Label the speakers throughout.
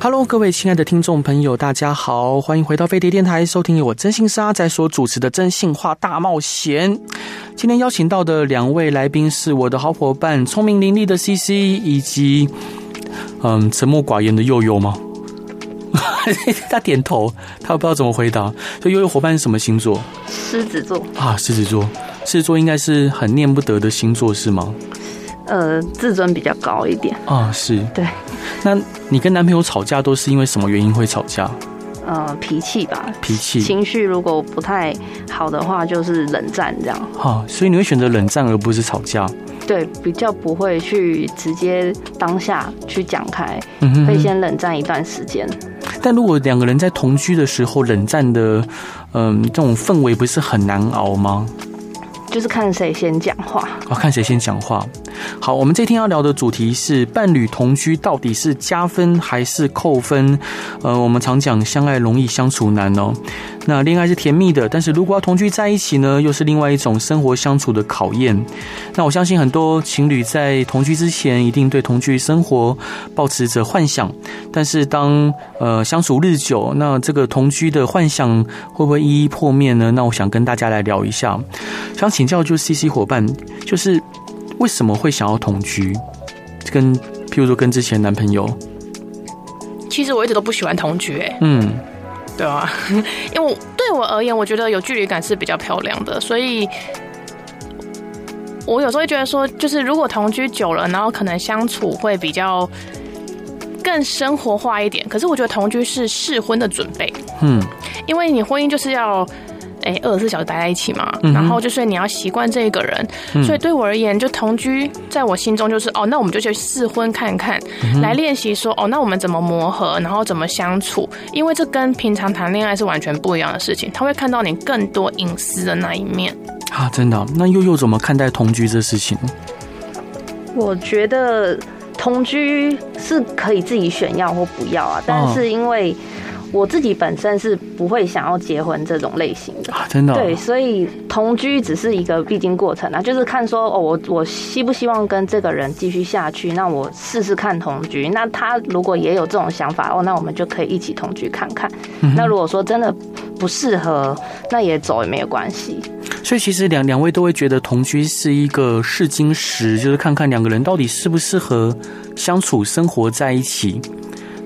Speaker 1: Hello，各位亲爱的听众朋友，大家好，欢迎回到飞碟电台，收听由我真心沙在所主持的《真心话大冒险》。今天邀请到的两位来宾是我的好伙伴，聪明伶俐的 CC，以及嗯沉默寡言的佑佑吗？ 他点头，他不知道怎么回答。所以佑佑伙伴是什么星座
Speaker 2: 狮子座，
Speaker 1: 啊？狮子座，狮子座应该是很念不得的星座是吗？
Speaker 2: 呃，自尊比较高一点。
Speaker 1: 啊，是。
Speaker 2: 对，
Speaker 1: 那你跟男朋友吵架都是因为什么原因会吵架？
Speaker 2: 呃，脾气吧，
Speaker 1: 脾气
Speaker 2: 情绪如果不太好的话，就是冷战这样。
Speaker 1: 哈、所以你会选择冷战而不是吵架，
Speaker 2: 对，比较不会去直接当下去讲开，
Speaker 1: 嗯哼
Speaker 2: 会先冷战一段时间。
Speaker 1: 但如果两个人在同居的时候，冷战的，嗯、这种氛围不是很难熬吗？
Speaker 2: 就是看谁先讲话，
Speaker 1: 啊，看谁先讲话。好，我们这天要聊的主题是伴侣同居到底是加分还是扣分？呃，我们常讲相爱容易相处难哦。那恋爱是甜蜜的，但是如果要同居在一起呢，又是另外一种生活相处的考验。那我相信很多情侣在同居之前，一定对同居生活抱持着幻想，但是当呃相处日久，那这个同居的幻想会不会一一破灭呢？那我想跟大家来聊一下，想请教就是 C C 伙伴，就是为什么会想要同居？跟譬如说跟之前男朋友，
Speaker 3: 其实我一直都不喜欢同居、欸，
Speaker 1: 嗯
Speaker 3: 对啊， 因为我对我而言，我觉得有距离感是比较漂亮的，所以。我有时候会觉得说，就是如果同居久了，然后可能相处会比较更生活化一点。可是我觉得同居是适婚的准备，
Speaker 1: 嗯
Speaker 3: 因为你婚姻就是要哎二十四小时待在一起嘛，
Speaker 1: 嗯哼嗯
Speaker 3: 然后就是你要习惯这一个人，所以对我而言，就同居在我心中就是哦，那我们就去试婚看看，
Speaker 1: 嗯
Speaker 3: 来练习说哦，那我们怎么磨合，然后怎么相处，因为这跟平常谈恋爱是完全不一样的事情，他会看到你更多隐私的那一面。
Speaker 1: 啊，真的啊、那又又怎么看待同居这事情？
Speaker 2: 我觉得同居是可以自己选要或不要啊，但是因为我自己本身是不会想要结婚这种类型的。
Speaker 1: 啊，真的啊、
Speaker 2: 对，所以同居只是一个必经过程啊，就是看说哦，我我希不希望跟这个人继续下去，那我试试看同居。那他如果也有这种想法哦，那我们就可以一起同居看看。
Speaker 1: 嗯
Speaker 2: 那如果说真的不适合，那也走也没有关系。
Speaker 1: 所以其实两两位都会觉得同居是一个试金石，就是看看两个人到底适不适合相处生活在一起。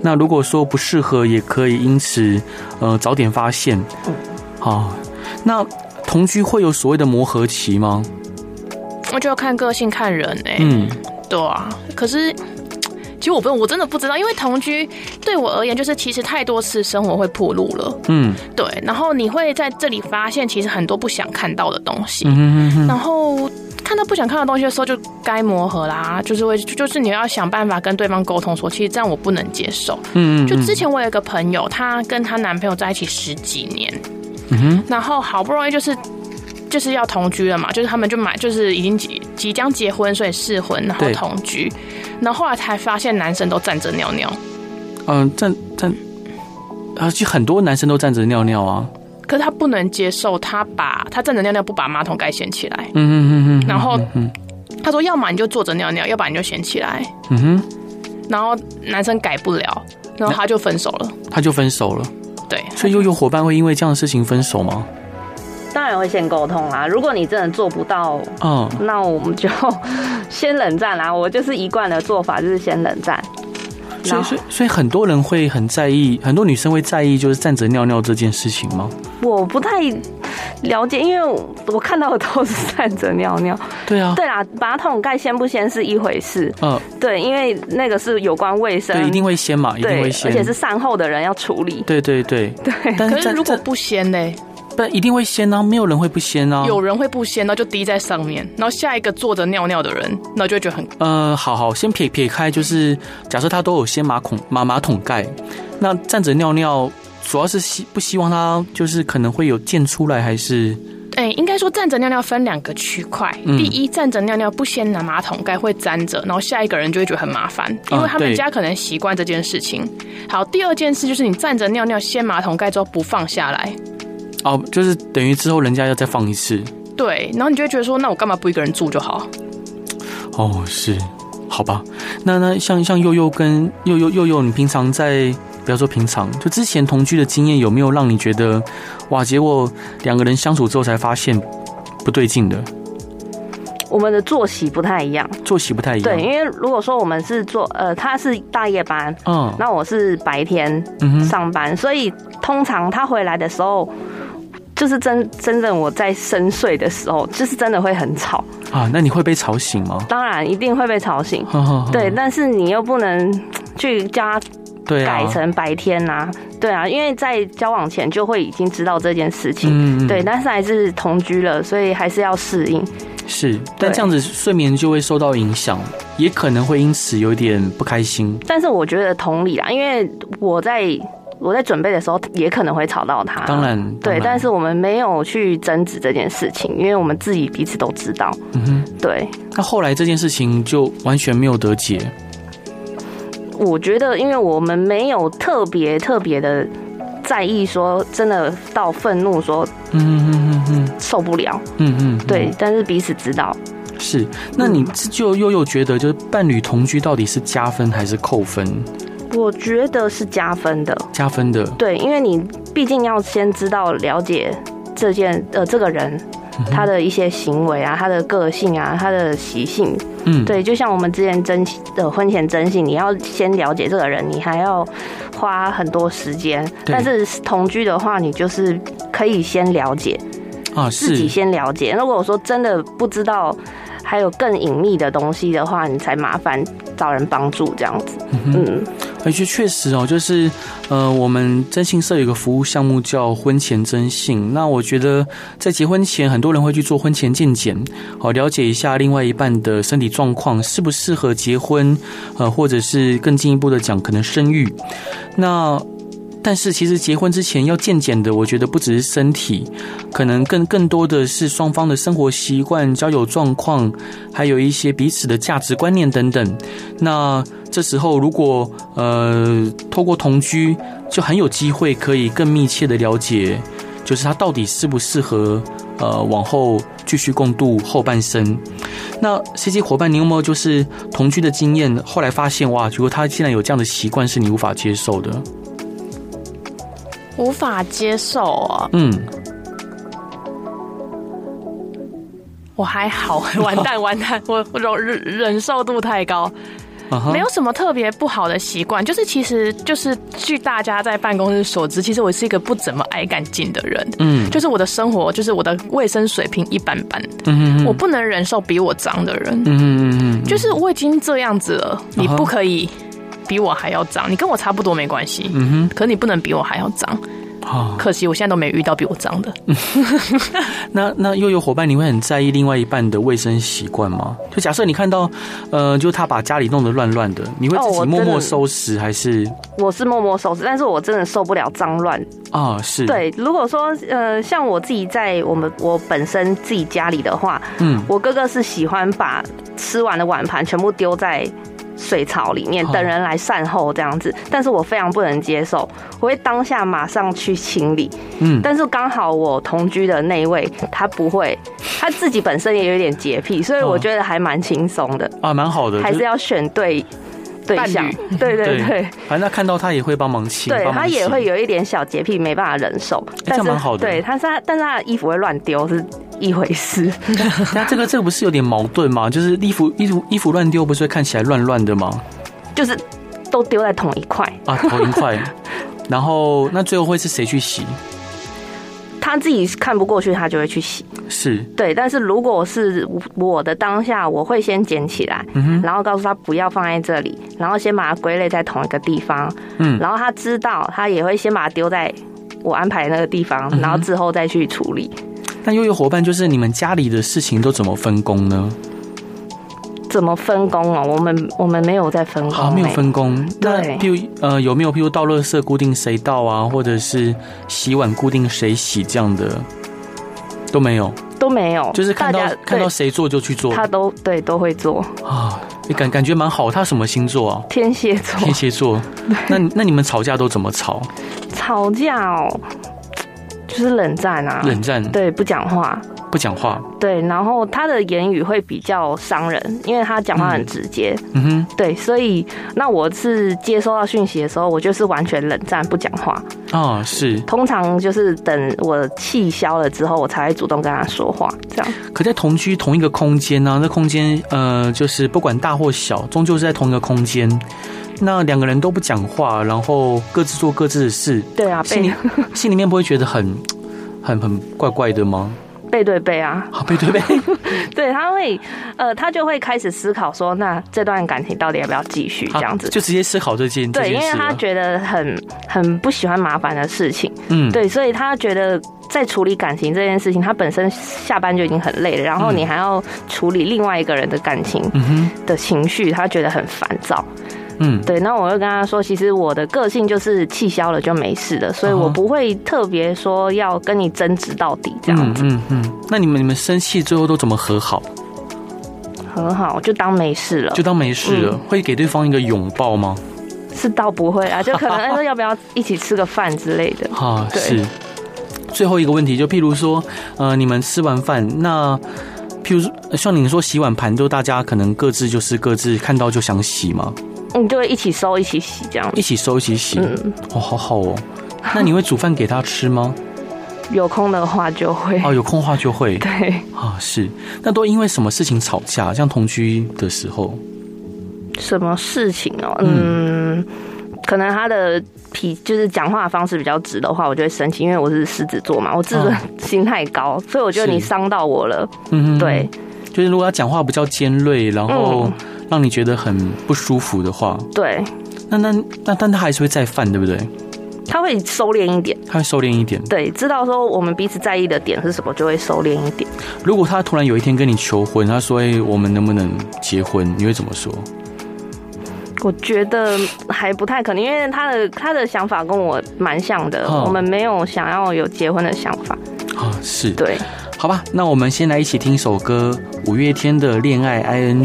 Speaker 1: 那如果说不适合，也可以因此呃早点发现。好，那同居会有所谓的磨合期吗？
Speaker 3: 我就要看个性看人哎、
Speaker 1: 嗯，
Speaker 3: 对啊，可是。其实我不，我真的不知道，因为同居对我而言，就是其实太多次生活会暴露了，
Speaker 1: 嗯
Speaker 3: 对，然后你会在这里发现，其实很多不想看到的东西，
Speaker 1: 嗯嗯
Speaker 3: 然后看到不想看到的东西的时候，就该磨合啦，就是会就就是你要想办法跟对方沟通说，其实这样我不能接受。
Speaker 1: 嗯
Speaker 3: 就之前我有一个朋友，她跟她男朋友在一起十几年，
Speaker 1: 嗯哼
Speaker 3: 然后好不容易就是。就是要同居了嘛，就是他们就买，就是已经即即将结婚，所以试婚，然后
Speaker 1: 对
Speaker 3: 同居，然后后来才发现男生都站着尿尿，
Speaker 1: 嗯，站站啊，其实很多男生都站着尿尿啊。
Speaker 3: 可是他不能接受，他把他站着尿尿不把马桶盖掀起来，
Speaker 1: 嗯嗯嗯嗯，
Speaker 3: 然后
Speaker 1: 嗯
Speaker 3: 他说要么你就坐着尿尿，要不然你就掀起来，
Speaker 1: 嗯哼，
Speaker 3: 然后男生改不了，然后他就分手了。
Speaker 1: 他就分手了。
Speaker 3: 对，
Speaker 1: 所以又有伙伴会因为这样的事情分手吗？
Speaker 2: 当然会先沟通啦，如果你真的做不到，
Speaker 1: 嗯，
Speaker 2: 那我们就 先冷战啦。我就是一贯的做法，就是先冷战。
Speaker 1: 所以，
Speaker 2: 然
Speaker 1: 所
Speaker 2: 后
Speaker 1: 以，所以很多人会很在意，很多女生会在意，就是站着尿尿这件事情吗？
Speaker 2: 我不太了解，因为我我看到的都是站着尿尿。
Speaker 1: 对啊，
Speaker 2: 对啦，马桶盖掀不掀是一回事，
Speaker 1: 呃，
Speaker 2: 对，因为那个是有关卫生，
Speaker 1: 对，一定会先嘛，一定
Speaker 2: 对
Speaker 1: 会先，
Speaker 2: 而且是善后的人要处理。
Speaker 1: 对对对对。但
Speaker 3: 可
Speaker 1: 是
Speaker 3: 是
Speaker 1: 站
Speaker 3: 如果
Speaker 1: 站
Speaker 3: 不掀嘞，
Speaker 1: 但一定会先啊，没有人会不先啊。
Speaker 3: 有人会不掀，然后就滴在上面，然后下一个坐着尿尿的人，然后就会觉得很
Speaker 1: 呃，好好，先撇撇开，就是假设他都有掀马桶马马桶盖，那站着尿尿主要是希不希望他就是可能会有溅出来，还是
Speaker 3: 哎、应该说站着尿尿分两个区块。
Speaker 1: 嗯
Speaker 3: 第一，站着尿尿不先拿马桶盖会粘着，然后下一个人就会觉得很麻烦，因为他们
Speaker 1: 哦对
Speaker 3: 家可能习惯这件事情。好，第二件事就是你站着尿尿掀马桶盖之后不放下来，
Speaker 1: 哦，就是等于之后人家要再放一次。
Speaker 3: 对，然后你就会觉得说，那我干嘛不一个人住就好？
Speaker 1: 哦，是，好吧。那那像像悠悠跟悠悠悠悠，你平常在不要说平常，就之前同居的经验，有没有让你觉得哇？结果两个人相处之后才发现不对劲的，
Speaker 2: 我们的作息不太一样，
Speaker 1: 作息不太一样。
Speaker 2: 对，因，为如果说我们是做呃，他是大夜班，
Speaker 1: 嗯，
Speaker 2: 那我是白天
Speaker 1: 嗯哼，
Speaker 2: 上班，所以通常他回来的时候，就是真真正我在深睡的时候，就是真的会很吵，
Speaker 1: 啊，那你会被吵醒吗？
Speaker 2: 当然一定会被吵醒，
Speaker 1: 呵呵呵
Speaker 2: 对，但是你又不能去叫他
Speaker 1: 对啊，
Speaker 2: 改成白天呐、对啊，因为在交往前就会已经知道这件事情，
Speaker 1: 嗯，嗯
Speaker 2: 对，，但是还是同居了，所以还是要适应，
Speaker 1: 是，但
Speaker 2: 对
Speaker 1: 这样子睡眠就会受到影响，也可能会因此有点不开心。
Speaker 2: 但是我觉得同理啦，因为我在我在准备的时候也可能会吵到他，
Speaker 1: 当然，当
Speaker 2: 啊对，
Speaker 1: 然
Speaker 2: 但是我们没有去争执这件事情，因为我们自己彼此都知道。
Speaker 1: 嗯哼，
Speaker 2: 对，
Speaker 1: 那后来这件事情就完全没有得解。
Speaker 2: 我觉得因为我们没有特别特别的在意说真的到愤怒说
Speaker 1: 嗯嗯嗯
Speaker 2: 受不了，
Speaker 1: 嗯嗯嗯，
Speaker 2: 对，嗯但是彼此知道。
Speaker 1: 是，那你就又又觉得，就是伴侣同居到底是加分还是扣分？
Speaker 2: 我觉得是加分的，
Speaker 1: 加分的，
Speaker 2: 对，因为你毕竟要先知道了解这件呃这个人。
Speaker 1: 嗯
Speaker 2: 他的一些行为啊，他的个性啊，他的习性，
Speaker 1: 嗯，，
Speaker 2: 对，就像我们之前征的、呃、婚前征信，你要先了解这个人，你还要花很多时间。
Speaker 1: 对
Speaker 2: 但是同居的话，你就是可以先了解
Speaker 1: 啊，
Speaker 2: 自己
Speaker 1: 是
Speaker 2: 先了解。如果说真的不知道，还有更隐秘的东西的话，你才麻烦找人帮助这样子。嗯，
Speaker 1: 而且确实哦，就是呃，我们征信社有个服务项目叫婚前征信。那我觉得在结婚前，很多人会去做婚前健检，好了解一下另外一半的身体状况适不适合结婚，呃，或者是更进一步的讲，可能生育。那但是其实结婚之前要健检的，我觉得不只是身体，可能更更多的是双方的生活习惯、交友状况，还有一些彼此的价值观念等等。那这时候如果呃透过同居，就很有机会可以更密切的了解，就是他到底适不适合呃往后继续共度后半生。那 C G 伙伴，你有没有就是同居的经验？后来发现哇，结果他竟然有这样的习惯是你无法接受的。
Speaker 3: 无法接受哦，
Speaker 1: 嗯，
Speaker 3: 我还 好，完蛋完蛋，我我忍忍受度太高。
Speaker 1: 啊哈
Speaker 3: 没有什么特别不好的习惯，就是其实就是据大家在办公室所知，其实我是一个不怎么爱干净的人。
Speaker 1: 嗯
Speaker 3: 就是我的生活，就是我的卫生水平一般般，
Speaker 1: 嗯嗯
Speaker 3: 我不能忍受比我脏的人。
Speaker 1: 嗯嗯嗯，
Speaker 3: 就是我已经这样子了，你不可以比我还要脏，你跟我差不多没关系，
Speaker 1: 嗯
Speaker 3: 可你不能比我还要脏。
Speaker 1: 哼，好。
Speaker 3: 可惜我现在都没遇到比我脏的。
Speaker 1: 那那又有伙伴，你会很在意另外一半的卫生习惯吗？就假设你看到，呃，就他把家里弄得乱乱的，你会
Speaker 2: 哦
Speaker 1: 自己
Speaker 2: 我
Speaker 1: 默
Speaker 2: 真
Speaker 1: 默
Speaker 2: 的
Speaker 1: 收拾还是？
Speaker 2: 我是默默收拾，但是我真的受不了脏乱。
Speaker 1: 啊、是，，
Speaker 2: 对，如果说呃，像我自己在我们我本身自己家里的话，
Speaker 1: 嗯，
Speaker 2: 我哥哥是喜欢把吃完的碗盘全部丢在水槽里面
Speaker 1: 哦，
Speaker 2: 等人来善后这样子。但是我非常不能接受，我会当下马上去清理。
Speaker 1: 嗯，
Speaker 2: 但是刚好我同居的那一位他不会，他自己本身也有点洁癖，所以我
Speaker 1: 哦
Speaker 2: 觉得还蛮轻松的，
Speaker 1: 啊，蛮好的，
Speaker 2: 还是
Speaker 1: 就
Speaker 2: 要选对对
Speaker 3: 伴侣
Speaker 2: 象。对对
Speaker 1: 对
Speaker 2: 对。
Speaker 1: 反正他看到他也会帮忙清，
Speaker 2: 对
Speaker 1: 帮忙
Speaker 2: 他也
Speaker 1: 洗
Speaker 2: 会有一点小洁癖，没办法忍受。
Speaker 1: 哎这样蛮好的
Speaker 2: 对，他是他，但是他的衣服会乱丢是一回事。
Speaker 1: 那这个这个不是有点矛盾吗？就是衣服衣服衣服乱丢，不是会看起来乱乱的吗？
Speaker 2: 就是都丢在同一块。
Speaker 1: 啊，头一 块，然后那最后会是谁去洗？
Speaker 2: 他自己看不过去，他就会去洗。
Speaker 1: 是，
Speaker 2: 对，但是如果是我的当下，我会先捡起来，
Speaker 1: 嗯
Speaker 2: 然后告诉他不要放在这里，然后先把它归类在同一个地方。
Speaker 1: 嗯
Speaker 2: 然后他知道，他也会先把它丢在我安排的那个地
Speaker 1: 嗯
Speaker 2: 方，然后之后再去处理。
Speaker 1: 那又有伙伴，就是你们家里的事情都怎么分工呢？
Speaker 2: 怎么分工哦？我们我们没有在分工、欸
Speaker 1: 好，没有分工。那
Speaker 2: 哦对
Speaker 1: 譬如呃，有没有譬如倒垃圾固定谁倒啊，或者是洗碗固定谁洗这样的，都没有，
Speaker 2: 欸都没有，
Speaker 1: 就是看到
Speaker 2: 大家
Speaker 1: 看到
Speaker 2: 对
Speaker 1: 谁做就去做
Speaker 2: 他都对都会做。
Speaker 1: 啊，你感感觉蛮好。他什么星座啊？
Speaker 2: 天蝎座
Speaker 1: 天蝎 座。那那你们吵架都怎么吵？
Speaker 2: 吵架哦，就是冷战啊，
Speaker 1: 冷战，
Speaker 2: 对不讲话，
Speaker 1: 不讲话。
Speaker 2: 对，然后他的言语会比较伤人，因为他讲话很直接，
Speaker 1: 嗯
Speaker 2: 对，所以那我是接收到讯息的时候，我就是完全冷战不讲话，
Speaker 1: 哼，啊，是。
Speaker 2: 通常就是等我气消了之后，我才会主动跟他说话，这样
Speaker 1: 可在同居同一个空间啊呢、那空间呃，就是不管大或小，终究是在同一个空间。那两个人都不讲话，然后各自做各自的事，
Speaker 2: 对啊，
Speaker 1: 心
Speaker 2: 背
Speaker 1: 里心里面不会觉得很很很怪怪的吗？
Speaker 2: 背对背啊，
Speaker 1: 好，背对背，
Speaker 2: 对，他会呃，他就会开始思考说，那这段感情到底要不要继续 这样子。
Speaker 1: 啊就直接思考这件这
Speaker 2: 对，因
Speaker 1: 件
Speaker 2: 为
Speaker 1: 事啊
Speaker 2: 他
Speaker 1: 了。
Speaker 2: 觉得很很不喜欢麻烦的事情，
Speaker 1: 嗯，
Speaker 2: 对，所以他觉得在处理感情这件事情，他本身下班就已经很累了，然后你还要处理另外一个人的感情
Speaker 1: 嗯哼，
Speaker 2: 的情绪，他觉得很烦躁。
Speaker 1: 嗯，
Speaker 2: 对，那我就跟他说，其实我的个性就是气消了就没事了，所以
Speaker 1: 啊
Speaker 2: 我
Speaker 1: 哈
Speaker 2: 不会特别说要跟你争执到底这样
Speaker 1: 嗯
Speaker 2: 子，
Speaker 1: 嗯嗯。那你们你们生气最后都怎么和好？
Speaker 2: 很好，就当没事了
Speaker 1: 就，当没事
Speaker 2: 嗯
Speaker 1: 了，会给对方一个拥抱吗？
Speaker 2: 是倒不会 啊，就可能哎说要不要一起吃个饭之类的。
Speaker 1: 啊，
Speaker 2: 对
Speaker 1: 是。最后一个问题，就譬如说，呃，你们吃完饭，那譬如说呃像你说洗碗盘，就大家可能各自就是各自看到就想洗嘛，
Speaker 2: 嗯，就会一起收一起洗这样
Speaker 1: 一
Speaker 2: 子，
Speaker 1: 起收一起洗，
Speaker 2: 嗯，
Speaker 1: 哦，好好哦。那你会煮饭给他吃 吗？
Speaker 2: 有空的话就会，
Speaker 1: 哦，有空的话就会
Speaker 2: 对，
Speaker 1: 啊，是。那都因为什么事情吵架？像同居的时候，
Speaker 2: 什么事情哦，嗯，可能他的脾就是讲话的方式比较直的话，我就会生气，因为我是狮子座嘛，我自尊
Speaker 1: 啊
Speaker 2: 心太高，所以我觉得
Speaker 1: 是
Speaker 2: 你伤到我了，
Speaker 1: 嗯，
Speaker 2: 对，，嗯
Speaker 1: 就是如果他讲话比较尖锐，然后让你觉得很不舒服的话，
Speaker 2: 对，
Speaker 1: 那那那但他还是会再犯，对不对？
Speaker 2: 他会收敛一点。
Speaker 1: 他会收敛一点。
Speaker 2: 对，知道说我们彼此在意的点是什么，就会收敛一点。
Speaker 1: 如果他突然有一天跟你求婚，他说：“哎、我们能不能结婚？”你会怎么说？
Speaker 2: 我觉得还不太可能，因为他的他的想法跟我蛮像的，
Speaker 1: 哦
Speaker 2: 我们没有想要有结婚的想法。
Speaker 1: 啊，是，
Speaker 2: 对，
Speaker 1: 好吧，那我们先来一起听首歌，五月天的《恋爱 ING》。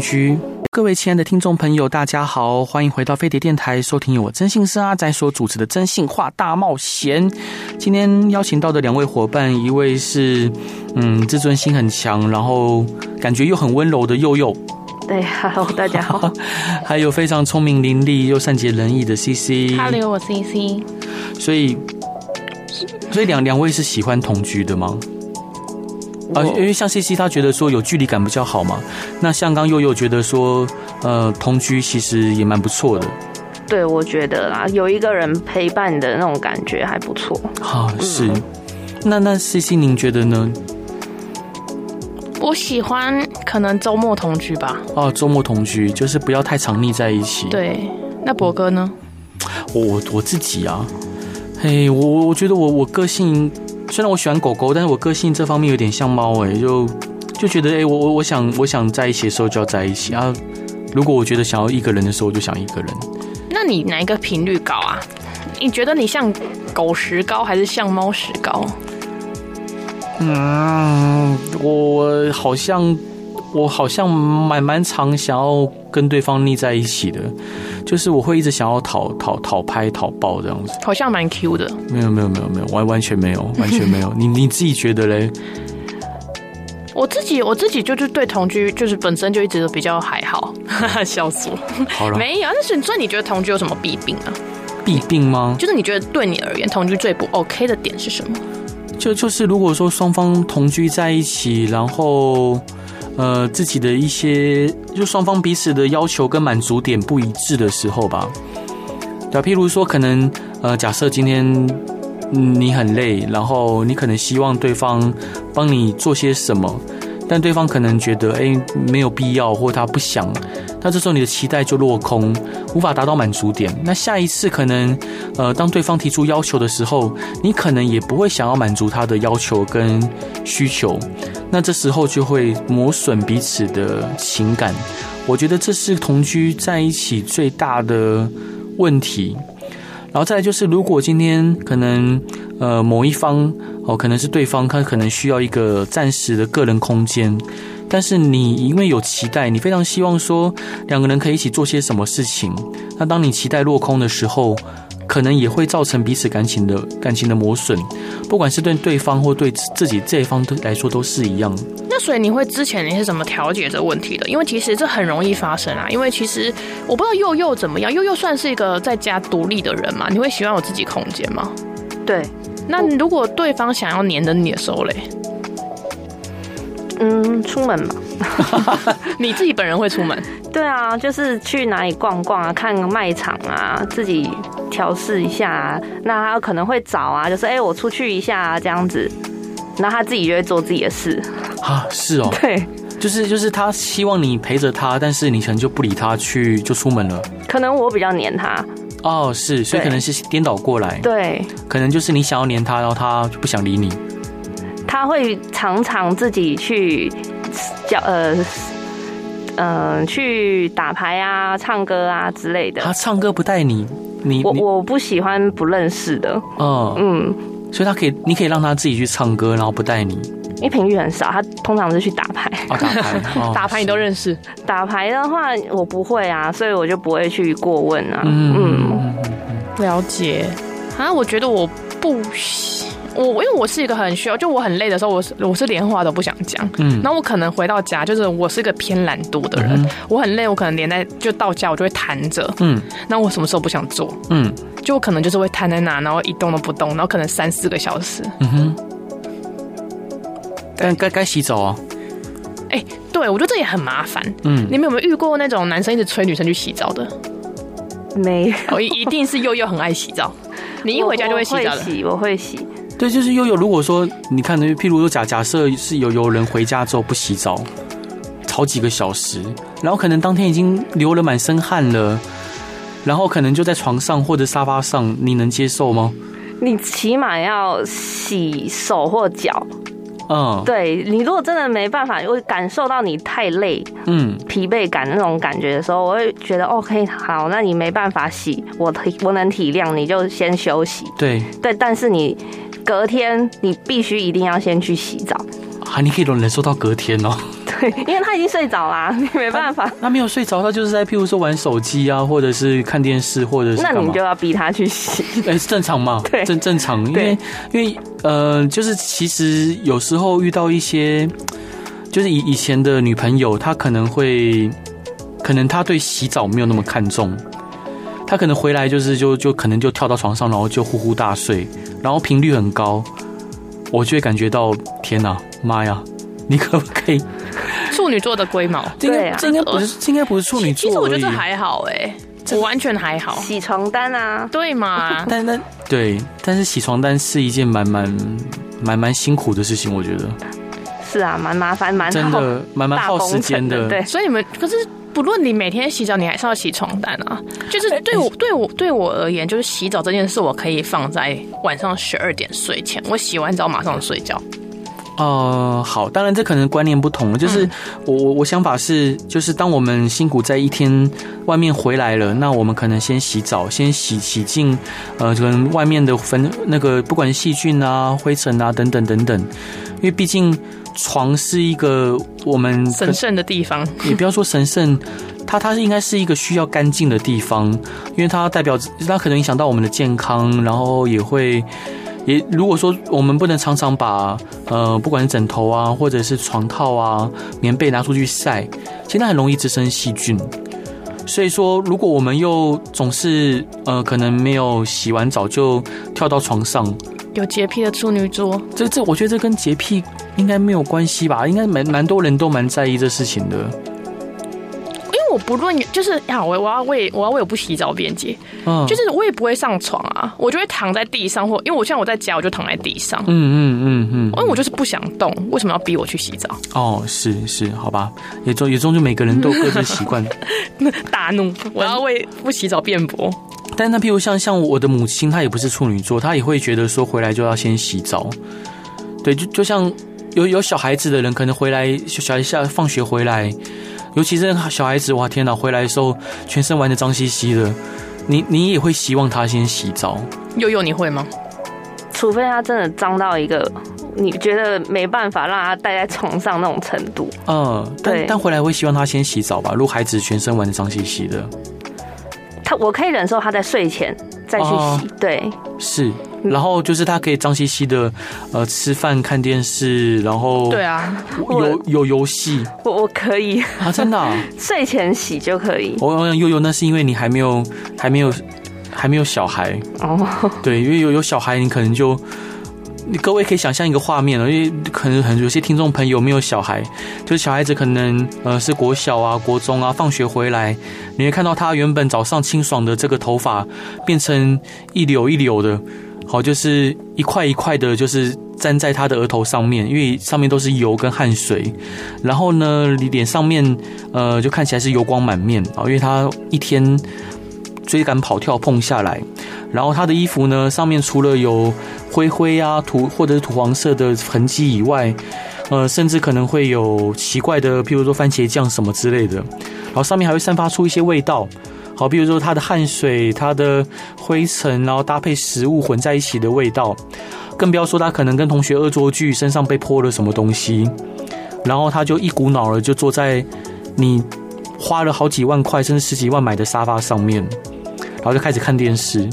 Speaker 1: 各位亲爱的听众朋友，大家好，欢迎回到飞碟电台，收听由我真心是阿仔所主持的《真性话大冒险》。今天邀请到的两位伙伴，一位是嗯自尊心很强，然后感觉又很温柔的佑佑，
Speaker 2: 对，Hello，大家 好。
Speaker 1: 还有非常聪明伶俐又善解人意的 CC。
Speaker 3: 他留我 CC，
Speaker 1: 所以，所以两两位是喜欢同居的吗？啊，因为像 C C 他觉得说有距离感比较好嘛，那像刚悠悠觉得说，呃，同居其实也蛮不错的。
Speaker 2: 对，我觉得啦，有一个人陪伴的那种感觉还不错。
Speaker 1: 啊，是。那那 C C 您觉得呢？
Speaker 3: 我喜欢可能周末同居吧。
Speaker 1: 啊，周末同居就是不要太常腻在一起。，
Speaker 3: 对，那博哥呢？
Speaker 1: 我我我自己啊，嘿，我我我觉得我我个性虽然我喜欢狗狗，但是我个性这方面有点像猫哎、就就觉得哎、我我我想我想在一起的时候就要在一起啊。如果我觉得想要一个人的时候，我就想一个人。
Speaker 3: 那你哪一个频率高啊？你觉得你像狗石膏还是像猫石膏？
Speaker 1: 嗯，我好像我好像蛮蛮常想要跟对方腻在一起的，就是我会一直想要讨讨讨拍讨抱这样子。
Speaker 3: 好像蛮 Q 的。
Speaker 1: 没有没有没有没有，完完全没有完全没有。你你自己觉得嘞？
Speaker 3: 我自己我自己就是对同居就是本身就一直都比较还好， 笑死我。
Speaker 1: 好了，
Speaker 3: 没有，但是所以你觉得同居有什么弊病啊？
Speaker 1: 弊病吗？
Speaker 3: 就是你觉得对你而言同居最不 OK 的点是什么？
Speaker 1: 就就是如果说双方同居在一起，然后呃自己的一些就双方彼此的要求跟满足点不一致的时候吧，对啊、譬如说可能呃假设今天嗯你很累，然后你可能希望对方帮你做些什么。但对方可能觉得诶没有必要，或他不想，那这时候你的期待就落空，无法达到满足点。那下一次可能呃，当对方提出要求的时候，你可能也不会想要满足他的要求跟需求，那这时候就会磨损彼此的情感。我觉得这是同居在一起最大的问题。然后再来就是，如果今天可能呃某一方哦，可能是对方，他可能需要一个暂时的个人空间，但是你因为有期待，你非常希望说两个人可以一起做些什么事情。那当你期待落空的时候，可能也会造成彼此感情的感情的磨损，不管是对对方或对自己这一方都来说都是一样。
Speaker 3: 那所以你会之前你是怎么调节这问题的？因为其实这很容易发生啊。因为其实我不知道佑佑怎么样，佑佑算是一个在家独立的人嘛，你会喜欢有自己空间吗？
Speaker 2: 对，
Speaker 3: 那如果对方想要黏着你的时候嘞，
Speaker 2: 嗯，出门嘛，
Speaker 3: 你自己本人会出门？
Speaker 2: 对啊，就是去哪里逛逛啊，看个卖场啊，自己调试一下、啊。那他可能会找啊，就是哎、我出去一下、啊、这样子，然后他自己就会做自己的事。
Speaker 1: 啊，是哦，
Speaker 2: 对，
Speaker 1: 就是就是他希望你陪着他，但是你可能就不理他去就出门了。
Speaker 2: 可能我比较黏他，
Speaker 1: 哦，是，所以
Speaker 2: 对
Speaker 1: 可能是颠倒过来，
Speaker 2: 对，
Speaker 1: 可能就是你想要黏他，然后他就不想理你。
Speaker 2: 他会常常自己去叫呃。嗯、去打牌啊、唱歌啊之类的
Speaker 1: 他。唱歌不带你，你
Speaker 2: 我
Speaker 1: 你
Speaker 2: 我不喜欢不认识的，
Speaker 1: 嗯，
Speaker 2: 嗯，
Speaker 1: 所以他可以，你可以让他自己去唱歌，然后不带你
Speaker 2: 因为频率很少，他通常是去打牌。
Speaker 1: 啊打牌，哦
Speaker 3: 打牌你都认识，
Speaker 2: 打牌的话，我不会啊，所以我就不会去过问啊。
Speaker 1: 嗯
Speaker 2: 嗯
Speaker 1: 嗯
Speaker 3: 了解啊？我觉得我不喜。我因为我是一个很需要，就我很累的时候，我是我是连话都不想讲，
Speaker 1: 嗯
Speaker 3: 然后我可能回到家，就是我是一个偏懒惰的人，
Speaker 1: 嗯
Speaker 3: 我很累，我可能连在就到家我就会瘫着，
Speaker 1: 嗯
Speaker 3: 那我什么时候不想做，
Speaker 1: 嗯
Speaker 3: 就我可能就是会瘫在那，然后一动都不动，然后可能三四个小时。
Speaker 1: 嗯哼，但该该洗澡啊，
Speaker 3: 哎、对我觉得这也很麻烦。
Speaker 1: 嗯
Speaker 3: 你们有没有遇过那种男生一直催女生去洗澡的？
Speaker 2: 没，
Speaker 3: 哦，一一定是佑佑很爱洗澡，你一回家就
Speaker 2: 我
Speaker 3: 会
Speaker 2: 我
Speaker 3: 洗澡了。
Speaker 2: 洗，我会洗。
Speaker 1: 对，就是悠悠。如果说你看，譬如说假假设是有有人回家之后不洗澡，好几个小时，然后可能当天已经流了满身汗了，然后可能就在床上或者沙发上，你能接受吗？
Speaker 2: 你起码要洗手或脚。
Speaker 1: 嗯，
Speaker 2: 对你，如果真的没办法，我感受到你太累、
Speaker 1: 嗯，
Speaker 2: 疲惫感那种感觉的时候，我会觉得 OK，好，那你没办法洗，我体我能体谅，你就先休息。
Speaker 1: 对，
Speaker 2: 对，但是你隔天你必须一定要先去洗澡，
Speaker 1: 啊，你可以忍受到隔天哦。
Speaker 2: 对，因为他已经睡着啦，你没办法，
Speaker 1: 那没有睡着，他就是在譬如说玩手机啊，或者是看电视，或者是
Speaker 2: 那
Speaker 1: 干
Speaker 2: 你
Speaker 1: 嘛
Speaker 2: 就？要逼他去洗。
Speaker 1: 哎、是正常嘛？
Speaker 2: 对
Speaker 1: 正正常，因为
Speaker 2: 对
Speaker 1: 因为呃，就是其实有时候遇到一些，就是以以前的女朋友，她可能会，可能她对洗澡没有那么看重，她可能回来就是就就可能就跳到床上，然后就呼呼大睡，然后频率很高，我就会感觉到天哪、妈呀！你可不可以？
Speaker 3: 处女座的龟毛，
Speaker 1: 这应
Speaker 2: 对
Speaker 1: 该、
Speaker 2: 啊
Speaker 1: 这应该不是，这应该不是处女
Speaker 3: 其
Speaker 1: 座
Speaker 3: 实我觉
Speaker 1: 而
Speaker 3: 得
Speaker 1: 已
Speaker 3: 这。还好哎、我完全还好，
Speaker 2: 洗床单啊，
Speaker 3: 对 嘛？
Speaker 1: 但但对，但是洗床单是一件蛮蛮蛮蛮辛苦的事情，我觉得。
Speaker 2: 是啊，蛮麻烦，蛮
Speaker 1: 真
Speaker 2: 耗
Speaker 1: 的蛮蛮
Speaker 2: 大
Speaker 1: 耗
Speaker 2: 工
Speaker 1: 时
Speaker 2: 程
Speaker 1: 间的，
Speaker 2: 对，
Speaker 3: 所以你们可是不论你每天洗澡，你还是要洗床单啊。就是对我、对我对我而言，就是洗澡这件事，我可以放在晚上十二点睡前，我洗完澡马上睡觉。
Speaker 1: 哦、好，当然这可能观念不同了，
Speaker 2: 嗯
Speaker 1: 就是我我我想法是，就是当我们辛苦在一天外面回来了，那我们可能先洗澡，先洗洗净，呃，可能外面的粉那个不管是细菌啊、灰尘啊等等等等，因为毕竟床是一个我们可
Speaker 3: 神圣的地方，
Speaker 1: 也不要说神圣，它它是应该是一个需要干净的地方，因为它代表它可能影响到我们的健康，然后也会也如果说我们不能常常把呃不管是枕头啊或者是床套啊棉被拿出去晒，其实它很容易滋生细菌。所以说，如果我们又总是呃可能没有洗完澡就跳到床上，
Speaker 3: 有洁癖的处女座，
Speaker 1: 这这我觉得这跟洁癖应该没有关系吧？应该蛮蛮多人都蛮在意这事情的。
Speaker 3: 因为我我不论就是啊，我我要为我要为我不洗澡辩解，
Speaker 1: 嗯，
Speaker 3: 就是我也不会上床啊，我就会躺在地上，或因为我像我在家，我就躺在地上，
Speaker 1: 嗯嗯嗯嗯，
Speaker 3: 因为我就是不想动，为什么要逼哦我去洗澡？
Speaker 1: 哦，是是，好吧，也终也终究每个人都有各自习惯，
Speaker 3: 大怒！我要为不洗澡辩驳。
Speaker 1: 但那譬如像像我的母亲，她也不是处女座，她也会觉得说回来就要先洗澡。对，就就像有有小孩子的人，可能回来小孩下放学回来，尤其是小孩子，哇天哪，回来的时候全身玩的脏兮兮的，你你也会希望他先洗澡。
Speaker 3: 悠悠，你会吗？
Speaker 2: 除非他真的脏到一个你觉得没办法让他待在床上那种程度，
Speaker 1: 嗯，但
Speaker 2: 对
Speaker 1: 但回来会希望他先洗澡吧，如果孩子全身玩的脏兮兮的，
Speaker 2: 他我可以忍受他在睡前再去洗，
Speaker 1: 哦
Speaker 2: 对，
Speaker 1: 是。然后就是他可以脏兮兮的，呃，吃饭、看电视，然后
Speaker 3: 对啊，
Speaker 1: 有有游戏
Speaker 2: 我我可以
Speaker 1: 啊，真的啊、
Speaker 2: 睡前洗就可以
Speaker 1: 我我想悠悠，那是因为你还没有还没有还没有小孩，
Speaker 2: 哦，
Speaker 1: 对，因为有有小孩，你可能就。你各位可以想象一个画面哦，因为可能很有些听众朋友没有小孩，就是小孩子可能呃是国小啊、国中啊，放学回来，你会看到他原本早上清爽的这个头发变成一绺一绺的，好，就是一块一块的，就是粘在他的额头上面，因为上面都是油跟汗水，然后呢，脸上面呃就看起来是油光满面啊，因为他一天追赶跑跳碰下来，然后他的衣服呢，上面除了有灰灰啊、土或者是土黄色的痕迹以外，呃，甚至可能会有奇怪的，譬如说番茄酱什么之类的，然后上面还会散发出一些味道。好，比如说它的汗水、它的灰尘，然后搭配食物混在一起的味道，更不要说他可能跟同学恶作剧，身上被泼了什么东西，然后他就一股脑儿就坐在你花了好几万块甚至十几万买的沙发上面，然后就开始看电视。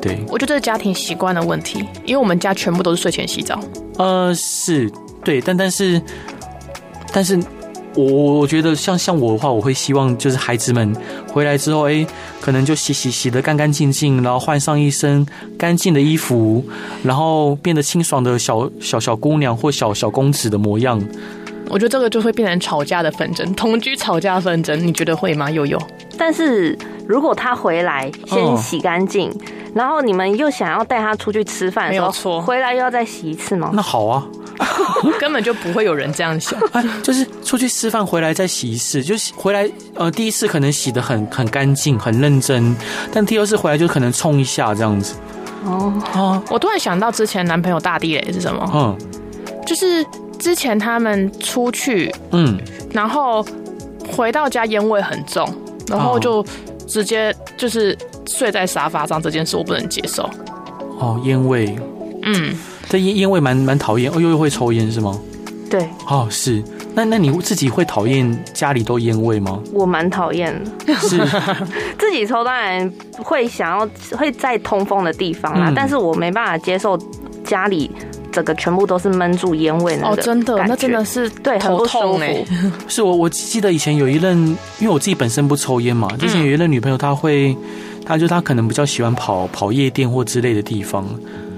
Speaker 1: 对，
Speaker 3: 我觉得这是家庭习惯的问题，因为我们家全部都是睡前洗澡。
Speaker 1: 呃，是对，但但是，但是我我我觉得像像我的话，我会希望就是孩子们回来之后，哎，可能就洗洗洗的干干净净，然后换上一身干净的衣服，然后变得清爽的小小小姑娘或小小公子的模样。
Speaker 3: 我觉得这个就会变成吵架的纷争，同居吵架纷争，你觉得会吗？悠 悠，
Speaker 2: 但是如果他回来
Speaker 1: 哦
Speaker 2: 先洗干净，然后你们又想要带他出去吃饭的时
Speaker 3: 没有
Speaker 2: 候，
Speaker 3: 错
Speaker 2: 回来又要再洗一次吗？
Speaker 1: 那好啊，
Speaker 3: 根本就不会有人这样 想。
Speaker 1: 哎，就是出去吃饭回来再洗一次，就是回来呃第一次可能洗的很很干净很认真，但第二次回来就可能冲一下这样子
Speaker 2: 哦，
Speaker 1: 啊，
Speaker 3: 我突然想到之前男朋友大地雷是什么？
Speaker 1: 嗯
Speaker 3: 就是之前他们出去，
Speaker 1: 嗯，
Speaker 3: 然后回到家烟味很重，然
Speaker 2: 哦
Speaker 3: 后就直接就是睡在沙发上这件事我不能接受。
Speaker 1: 哦烟味。
Speaker 3: 嗯，
Speaker 1: 但烟烟味蛮蛮讨厌，哦，又又会抽烟是吗？
Speaker 2: 对
Speaker 1: 哦，是。那那你自己会讨厌家里都烟味吗？
Speaker 2: 我蛮讨厌的
Speaker 1: 是
Speaker 2: 自己抽，当然会想要会在通风的地方啦，
Speaker 1: 嗯
Speaker 2: 但是我没办法接受家里整个全部都是闷住烟味那
Speaker 3: 哦，
Speaker 2: 个
Speaker 3: 真的，
Speaker 2: 感
Speaker 3: 那
Speaker 2: 觉
Speaker 3: 真的是
Speaker 2: 对很
Speaker 3: 头
Speaker 2: 不舒
Speaker 3: 痛哎、
Speaker 2: 服。
Speaker 1: 是我我记得以前有一任，因为我自己本身不抽烟嘛，之前有一任女朋友，她会，她就她可能比较喜欢跑跑夜店或之类的地方，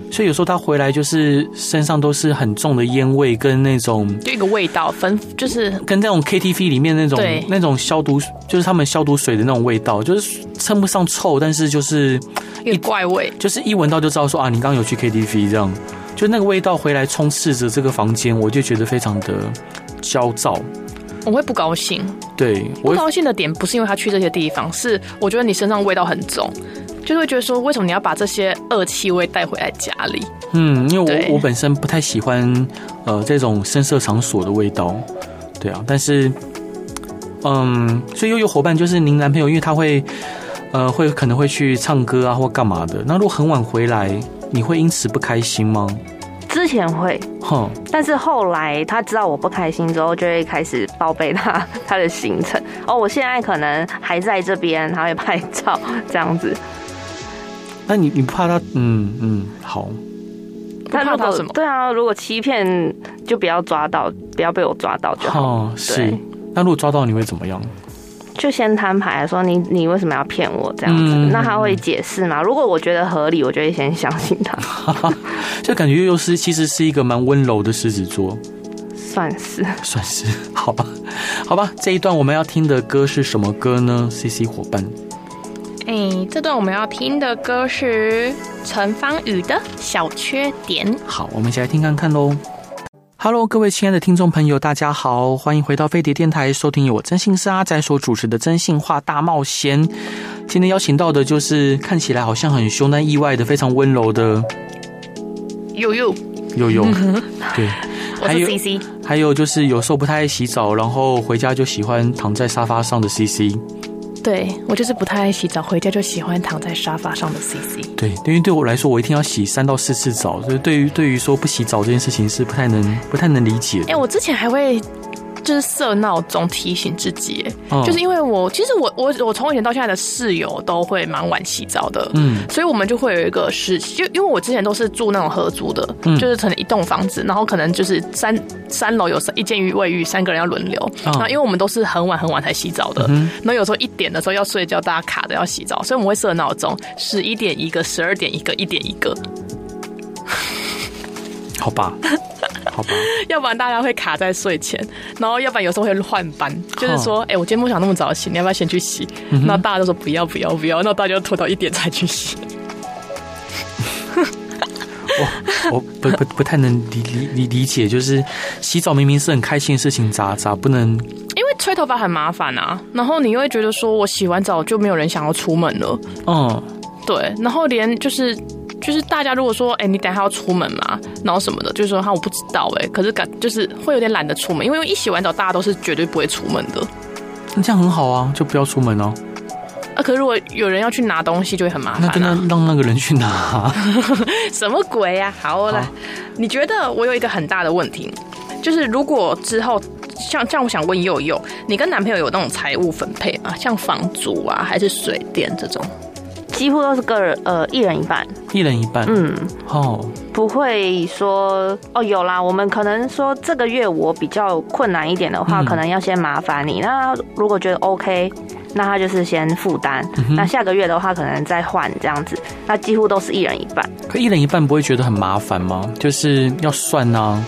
Speaker 1: 所以有时候她回来就是身上都是很重的烟味跟那种
Speaker 3: 就一个味道，分就是
Speaker 1: 跟那种 KTV 里面那种
Speaker 3: 对
Speaker 1: 那种消毒，就是他们消毒水的那种味道，就是称不上臭，但是就是
Speaker 3: 一个怪味。
Speaker 1: 就是一闻到就知道说啊，你刚刚有去 KTV 这样，就那个味道回来充斥着这个房间，我就觉得非常的焦躁。
Speaker 3: 我会不高兴，
Speaker 1: 对
Speaker 3: 不
Speaker 1: 我
Speaker 3: 高兴的点不是因为他去这些地方，是我觉得你身上味道很重，就会觉得说为什么你要把这些恶气味带回来家里？
Speaker 1: 嗯，因为
Speaker 3: 对
Speaker 1: 我我本身不太喜欢呃这种深色场所的味道，对啊，但是嗯，所以又有伙伴就是您男朋友，因为他会呃会可能会去唱歌啊或干嘛的，那如果很晚回来，你会因此不开心吗？
Speaker 2: 之前会，
Speaker 1: 哼，
Speaker 2: 但是后来他知道我不开心之后，就会开始报备他 他的行程。哦，我现在可能还在这边，他会拍照这样子。
Speaker 1: 那你你怕他？嗯嗯，好，
Speaker 2: 但
Speaker 3: 怕
Speaker 2: 如
Speaker 3: 他
Speaker 2: 果
Speaker 3: 什么
Speaker 2: 对啊，如果欺骗就不要抓到，不要被我抓到就好。
Speaker 1: 哦，是
Speaker 2: 对。
Speaker 1: 那如果抓到你会怎么样？
Speaker 2: 就先摊牌说你你为什么要骗我这样子？
Speaker 1: 嗯
Speaker 2: 那他会解释吗？如果我觉得合理，我就会 先相信他。
Speaker 1: 就感觉悠悠是其实是一个蛮温柔的狮子座，
Speaker 2: 算是。
Speaker 1: 算是 好吧，好吧。这一段我们要听的歌是什么歌呢？C C 伙伴，
Speaker 3: 哎、这段我们要听的歌是陈芳宇的《小缺点》。
Speaker 1: 好，我们一起来听看看喽。Hello，各位亲爱的听众朋友，大家好，欢迎回到飞碟电台，收听由我真心是阿仔所主持的《真性话大冒险》。今天邀请到的就是看起来好像很凶，但意外的非常温柔的
Speaker 3: 悠悠，
Speaker 1: 悠悠，对，
Speaker 3: 我
Speaker 1: 还
Speaker 3: 是
Speaker 1: 有
Speaker 3: C C。
Speaker 1: 还有就是有时候不太爱洗澡，然后回家就喜欢躺在沙发上的 C C。
Speaker 3: 对我就是不太爱洗澡，回家就喜欢躺在沙发上的 C C。
Speaker 1: 对，因为对我来说，我一天要洗三到四次澡，所以对于对于说不洗澡这件事情是不太能不太能理解
Speaker 3: 哎、
Speaker 1: 的。
Speaker 3: 我之前还会就是设闹钟提醒自己，哎
Speaker 1: 嗯
Speaker 3: 就是因为我其实我我我从以前到现在的室友都会蛮晚洗澡的，
Speaker 1: 嗯
Speaker 3: 所以我们就会有一个是，就因为我之前都是住那种合租的，
Speaker 1: 嗯
Speaker 3: 就是可能一栋房子，然后可能就是三三楼有三一间卫浴，三个人要轮流。
Speaker 1: 哦
Speaker 3: 然后因为我们都是很晚很晚才洗澡的，
Speaker 1: 嗯
Speaker 3: 然后有时候一点的时候要睡觉，大家卡着要洗澡，所以我们会设闹钟，十一点一个，十二点一个，一点一个，
Speaker 1: 好吧，好吧，
Speaker 3: 要不然大家会卡在睡前，然后要不然有时候会换班，就是说，哎、我今天不想那么早洗，你要不要先去洗？那、大家都说不要不要不要，那大家就拖到一点才去洗。
Speaker 1: 我我不不不太能理理理理解，就是洗澡明明是很开心的事情，咋咋不能？
Speaker 3: 因为吹头发很麻烦啊，然后你又会觉得说我洗完澡就没有人想要出门了，
Speaker 1: 嗯，
Speaker 3: 对，然后连就是就是大家如果说，哎、你等一下要出门嘛，然后什么的，就是说哈我不知道哎、可是感就是会有点懒得出门，因为一洗完澡大家都是绝对不会出门的，
Speaker 1: 那这样很好啊，就不要出门哦、
Speaker 3: 啊，可是如果有人要去拿东西就会很麻
Speaker 1: 那
Speaker 3: 烦
Speaker 1: 跟他
Speaker 3: 啊，
Speaker 1: 让那个人去拿，
Speaker 3: 什么鬼呀、好啦
Speaker 1: 好，
Speaker 3: 你觉得我有一个很大的问题，就是如果之后。像像我想问佑佑，你跟男朋友有那种财务分配吗？像房租啊，还是水电这种？
Speaker 2: 几乎都是个人呃一人一半，
Speaker 1: 一人一半。
Speaker 2: 嗯，
Speaker 1: 哦，
Speaker 2: 不会说哦有啦，我们可能说这个月我比较困难一点的话，
Speaker 1: 嗯
Speaker 2: 可能要先麻烦你。那如果觉得 OK，那他就是先负担，
Speaker 1: 嗯
Speaker 2: 那下个月的话可能再换这样子，那几乎都是一人一半，
Speaker 1: 可一人一半不会觉得很麻烦吗？就是要算呐、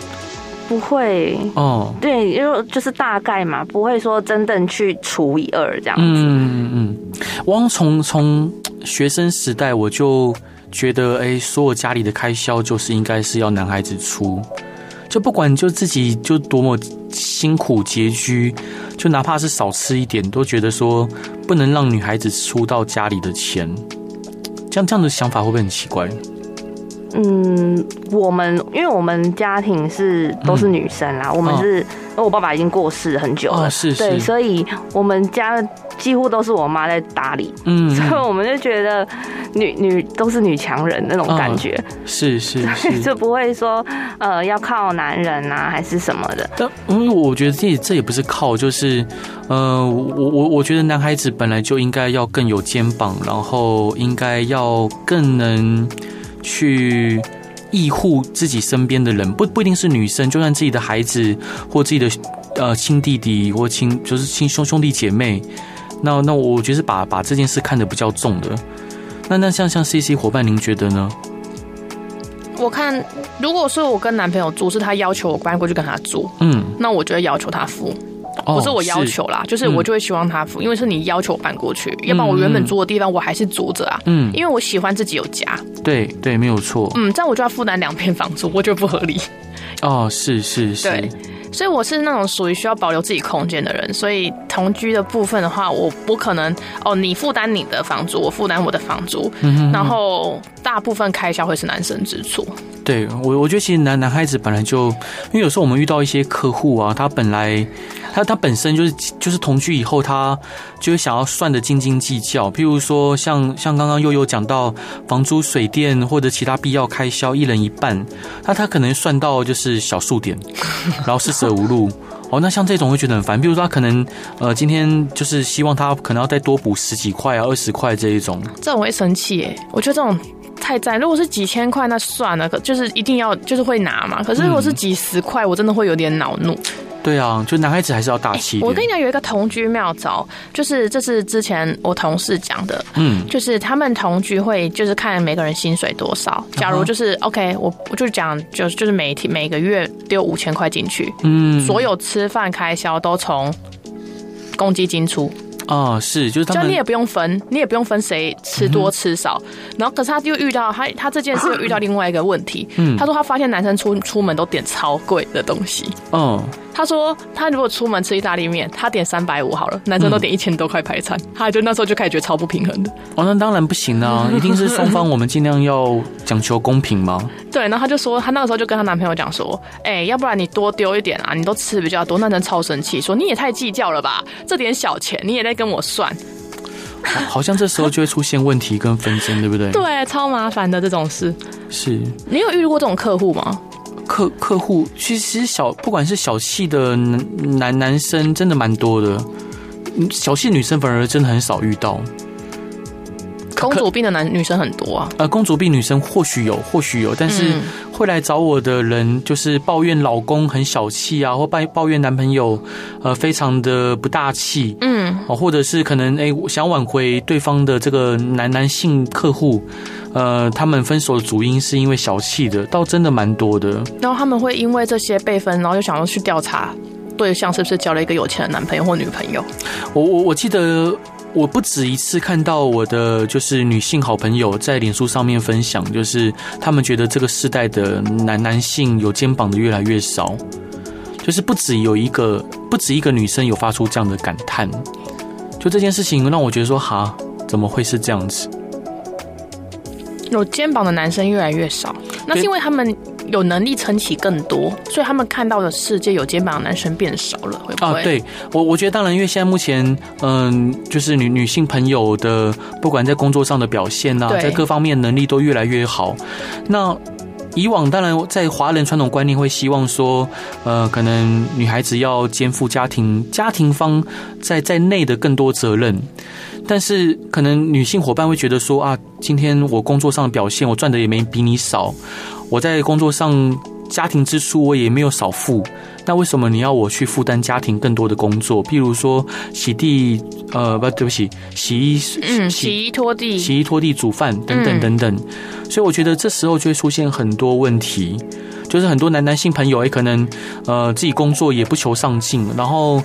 Speaker 2: 不会。
Speaker 1: 啊，哦，
Speaker 2: 对，因为就是大概嘛，不会说真正去除以二这样子。
Speaker 1: 嗯嗯，嗯，我好像从从学生时代我就觉得，哎、所有家里的开销就是应该是要男孩子出，就不管就自己就多么辛苦拮据，就哪怕是少吃一点，都觉得说不能让女孩子出到家里的钱。这样这样的想法会不会很奇怪？
Speaker 2: 嗯，我们因为我们家庭是都是女生啦，我们是因为我爸爸已经过世很久了，
Speaker 1: 嗯哦是
Speaker 2: 对，
Speaker 1: 是
Speaker 2: 所以我们家几乎都是我妈在打理，
Speaker 1: 嗯，
Speaker 2: 所以我们就觉得女女都是女强人那种感觉，
Speaker 1: 是是哦是。
Speaker 2: 就不会说呃要靠男人啊还是什么的，
Speaker 1: 但因为我觉得这也这也不是靠，就是，呃，我我我觉得男孩子本来就应该要更有肩膀，然后应该要更能去庇护自己身边的人，不不一定是女生，就算自己的孩子或自己的呃亲弟弟或亲就是亲兄兄弟姐妹，那那我觉得是把把这件事看得比较重的。那那像像 C C 伙伴，您觉得呢？
Speaker 3: 我看，如果说我跟男朋友住，是他要求我搬过去跟他住，
Speaker 1: 嗯，
Speaker 3: 那我就会要求他付，
Speaker 1: 哦
Speaker 3: 不是我要，求啦，就是我就会希望他付，因为是你要求我搬过去，要不然我原本住的地方我还是租着啊，
Speaker 1: 嗯，
Speaker 3: 因为我喜欢自己有家，
Speaker 1: 对对，没有错，
Speaker 3: 嗯，这样我就要负担两边房租，我觉得不合理，
Speaker 1: 哦，是是是，
Speaker 3: 对所以我是那种属于需要保留自己空间的人，所以同居的部分的话，我不可能哦，你负担你的房租，我负担我的房租，然后大部分开销会是男生支出，
Speaker 1: 对我，我觉得其实男男孩子本来就，因为有时候我们遇到一些客户啊，他本来他他本身就是就是同居以后，他就会想要算的斤斤计较。譬如说像像刚刚悠悠讲到房租、水电或者其他必要开销，一人一半，那他可能算到就是小数 点，然后四舍五入。哦，那像这种会觉得很烦。比如说他可能呃今天就是希望他可能要再多补十几块啊、二十块这一种。
Speaker 3: 这种会生气耶，我觉得这种太赞。如果是几千块，那算了，可就是一定要就是会拿嘛。可是如果是几十块，我真的会有点恼怒。
Speaker 1: 对啊，就男孩子还是要大气一点。
Speaker 3: 哎我跟你讲，有一个同居妙招，就是这是之前我同事讲的，
Speaker 1: 嗯，
Speaker 3: 就是他们同居会就是看每个人薪水多
Speaker 1: 嗯
Speaker 3: 少。假如就是 OK，我我就讲就就是每天每个月丢五千块进去，
Speaker 1: 嗯，
Speaker 3: 所有吃饭开销都从公积金出，
Speaker 1: 啊、是，就是他
Speaker 3: 就
Speaker 1: 们
Speaker 3: 你也不用分，你也不用分谁吃多吃
Speaker 1: 嗯
Speaker 3: 少。然后可是他就遇到他他这件事又遇到另外一个问题，
Speaker 1: 嗯
Speaker 3: 他说他发现男生出出门都点超贵的东西。
Speaker 1: 嗯，
Speaker 3: 他说，他如果出门吃意大利面，他点三百五好了，男生都点一千多块排餐，他就那时候就开始觉得超不平衡的。
Speaker 1: 哦，那当然不行啊，一定是双方我们尽量要讲求公平嘛。
Speaker 3: 对，然后他就说，他那个时候就跟她男朋友讲说，哎、要不然你多丢一点啊，你都吃比较多，那男生超生气，说你也太计较了吧，这点小钱你也在跟我算，
Speaker 1: 嗯好好像这时候就会出现问题跟纷争，对不对？，
Speaker 3: 对，超麻烦的这种事。
Speaker 1: 是
Speaker 3: 你有遇过这种客户吗？
Speaker 1: 客客户其实小，不管是小气的男男男生，真的蛮多的。嗯小气女生反而真的很少遇到，
Speaker 3: 公主病的男女生很多啊，
Speaker 1: 呃，公主病女生或许有，或许有，但是
Speaker 3: 嗯
Speaker 1: 会来找我的人，就是抱怨老公很小气啊，或抱抱怨男朋友，呃，非常的不大气，
Speaker 3: 嗯，
Speaker 1: 哦，或者是可能诶、我想挽回对方的这个男男性客户，呃，他们分手的主因是因为小气的，倒真的蛮多的。
Speaker 3: 然后他们会因为这些被分，然后就想要去调查对象是不是交了一个有钱的男朋友或女朋友。
Speaker 1: 我我我记得。我不止一次看到我的就是女性好朋友在脸书上面分享，就是他们觉得这个世代的男男性有肩膀的越来越少，就是不止有一个不止一个女生有发出这样的感叹，就这件事情让我觉得说哈，怎么会是这样子？
Speaker 3: 有肩膀的男生越来越少，那是因为他们有能力撑起更多，所以他们看到的世界有肩膀的男生变少了，会不会？
Speaker 1: 啊，，对我我觉得当然，因为现在目前，嗯，就是女女性朋友的，不管在工作上的表现呐、
Speaker 3: 对
Speaker 1: 在各方面能力都越来越好。那以往当然在华人传统观念会希望说，呃，可能女孩子要肩负家庭家庭方在在内的更多责任。但是，可能女性伙伴会觉得说啊，今天我工作上的表现，我赚的也没比你少，我在工作上家庭支出我也没有少付，那为什么你要我去负担家庭更多的工作？譬如说洗地，呃，不，对不起，洗衣，
Speaker 3: 嗯，洗衣拖地，
Speaker 1: 洗衣、拖地、煮饭等等
Speaker 3: 嗯
Speaker 1: 等等。所以我觉得这时候就会出现很多问题，就是很多男男性朋友，哎，可能呃自己工作也不求上进，然后。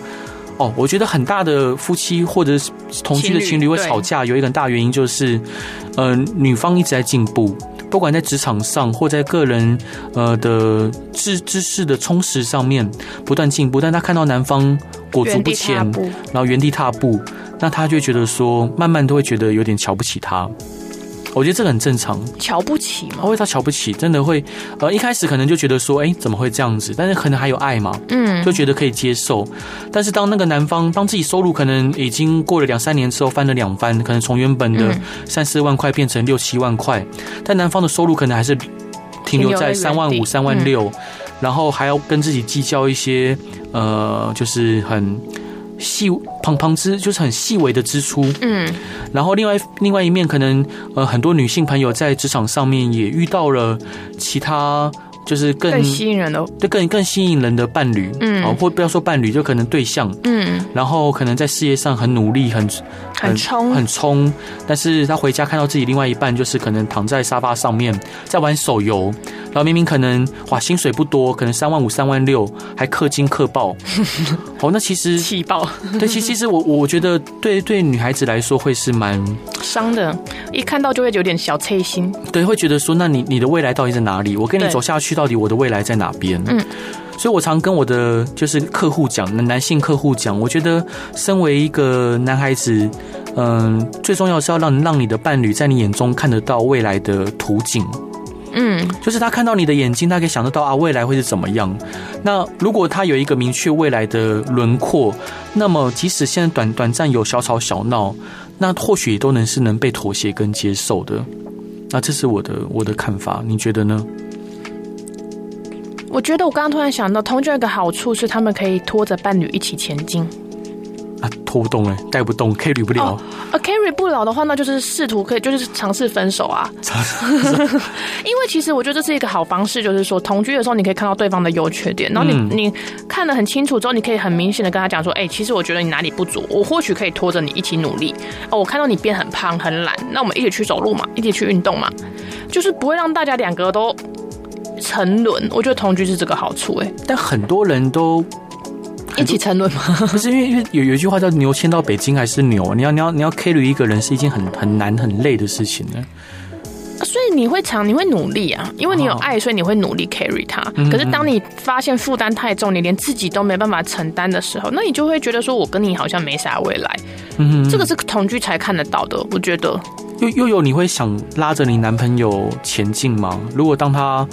Speaker 1: 哦，我觉得很大的夫妻或者是同居的
Speaker 3: 情
Speaker 1: 情
Speaker 3: 侣
Speaker 1: 侣会
Speaker 3: 对
Speaker 1: 吵架，有一个很大原因就是，呃，女方一直在进步，不管在职场上或在个人呃的知知识的充实上面不断进步，但她看到男方裹足
Speaker 3: 原
Speaker 1: 不
Speaker 3: 地踏
Speaker 1: 前，
Speaker 3: 步。
Speaker 1: 然后原地踏步，那他就会觉得说，慢慢都会觉得有点瞧不起他。我觉得这个很正常，
Speaker 3: 瞧不起
Speaker 1: 他
Speaker 3: 嘛，
Speaker 1: 会到瞧不起，真的会，呃，一开始可能就觉得说，哎，怎么会这样子？但是可能还有爱嘛，
Speaker 3: 嗯，
Speaker 1: 就觉得可以接受。但是当那个男方，当自己收入可能已经过了两三年之后翻了两番，可能从原本的
Speaker 3: 嗯
Speaker 1: 三四万块变成六七万块，但男方的收入可能还是停留在
Speaker 3: 停留在
Speaker 1: 三万
Speaker 3: 原
Speaker 1: 五、
Speaker 3: 地嗯
Speaker 1: 三万六，然后还要跟自己计较一些，呃，就是很细旁旁支，就是很细微的支出。
Speaker 3: 嗯，
Speaker 1: 然后另外另外一面，可能呃很多女性朋友在职场上面也遇到了其他就是更
Speaker 3: 更吸引人的，
Speaker 1: 对更更吸引人的伴侣，
Speaker 3: 嗯
Speaker 1: 啊，或不要说伴侣，就可能对象，
Speaker 3: 嗯，
Speaker 1: 然后可能在事业上很努力，很
Speaker 3: 很冲，
Speaker 1: 很冲，但是他回家看到自己另外一半，就是可能躺在沙发上面在玩手游，然后明明可能哇薪水不多，可能三万五、三万六，还氪金氪 爆，哦，那其实
Speaker 3: 气爆，
Speaker 1: 对，其其实我我我觉得对对女孩子来说会是蛮
Speaker 3: 伤的，一看到就会有点小脆心。
Speaker 1: 对，会觉得说，那你你的未来到底在哪里？我跟你
Speaker 3: 对
Speaker 1: 走下去，到底我的未来在哪边？
Speaker 3: 嗯，
Speaker 1: 所以我常跟我的就是客户讲，男男性客户讲，我觉得身为一个男孩子，嗯、最重要是要让让你的伴侣在你眼中看得到未来的图景，
Speaker 3: 嗯，
Speaker 1: 就是他看到你的眼睛，他可以想得到啊，未来会是怎么样。那如果他有一个明确未来的轮廓，那么即使现在短短暂有小吵小闹，那或许也都能是能被妥协跟接受的。那这是我的我的看法，你觉得呢？
Speaker 3: 我觉得我刚刚突然想到，同居有一个好处是他们可以拖着伴侣一起前进。
Speaker 1: 啊，拖不动哎、带不动，carry 不了
Speaker 3: 哦。呃，carry 不了的话，那就是试图可以就是尝试分手啊。 因为其实我觉得这是一个好方式，就是说同居的时候你可以看到对方的优缺点，然后你、你看得很清楚之后，你可以很明显的跟他讲说，哎、其实我觉得你哪里不足，我或许可以拖着你一起努力。哦，我看到你变很胖很懒，那我们一起去走路嘛，一起去运动嘛，就是不会让大家两个都。沉沦，我觉得同居是这个好处、哎，
Speaker 1: 但很多人都
Speaker 3: 一起沉沦吗？
Speaker 1: 不是因为因为有有一句话叫“牛迁到北京还是牛”，你要你要你要 carry 一个人是一件很很难很累的事情呢。
Speaker 3: 啊所以你会尝，你会努力啊，因为你有
Speaker 1: 哦
Speaker 3: 爱，所以你会努力 carry 它。可是当你发现负担太重，你连自己都没办法承担的时候，那你就会觉得说，我跟你好像没啥未来。嗯，这个是同居才看得到的，我觉得。
Speaker 1: 又又有你会想拉着你男朋友前进吗？如果当他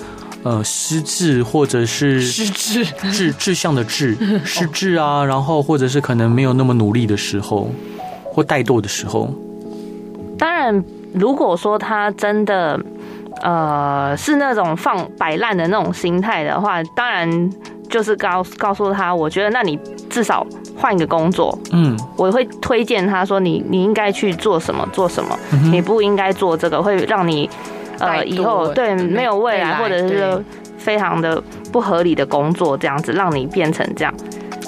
Speaker 1: 呃失智或者是
Speaker 3: 智，
Speaker 1: 志志向的 志失智啊，然后或者是可能没有那么努力的时候，或怠惰的时候，
Speaker 2: 当然，如果说他真的。呃，是那种放摆烂的那种心态的话，当然就是告告诉他，我觉得那你至少换一个工作，
Speaker 1: 嗯，
Speaker 2: 我会推荐他说你你应该去做什么做什么，
Speaker 1: 嗯
Speaker 2: 你不应该做这个，会让你
Speaker 3: 怠
Speaker 2: 呃
Speaker 3: 惰
Speaker 2: 以后对
Speaker 3: 嗯
Speaker 2: 没有未来，或
Speaker 3: 未来
Speaker 2: 者是
Speaker 3: 对
Speaker 2: 非常的不合理的工作这样子，让你变成这样。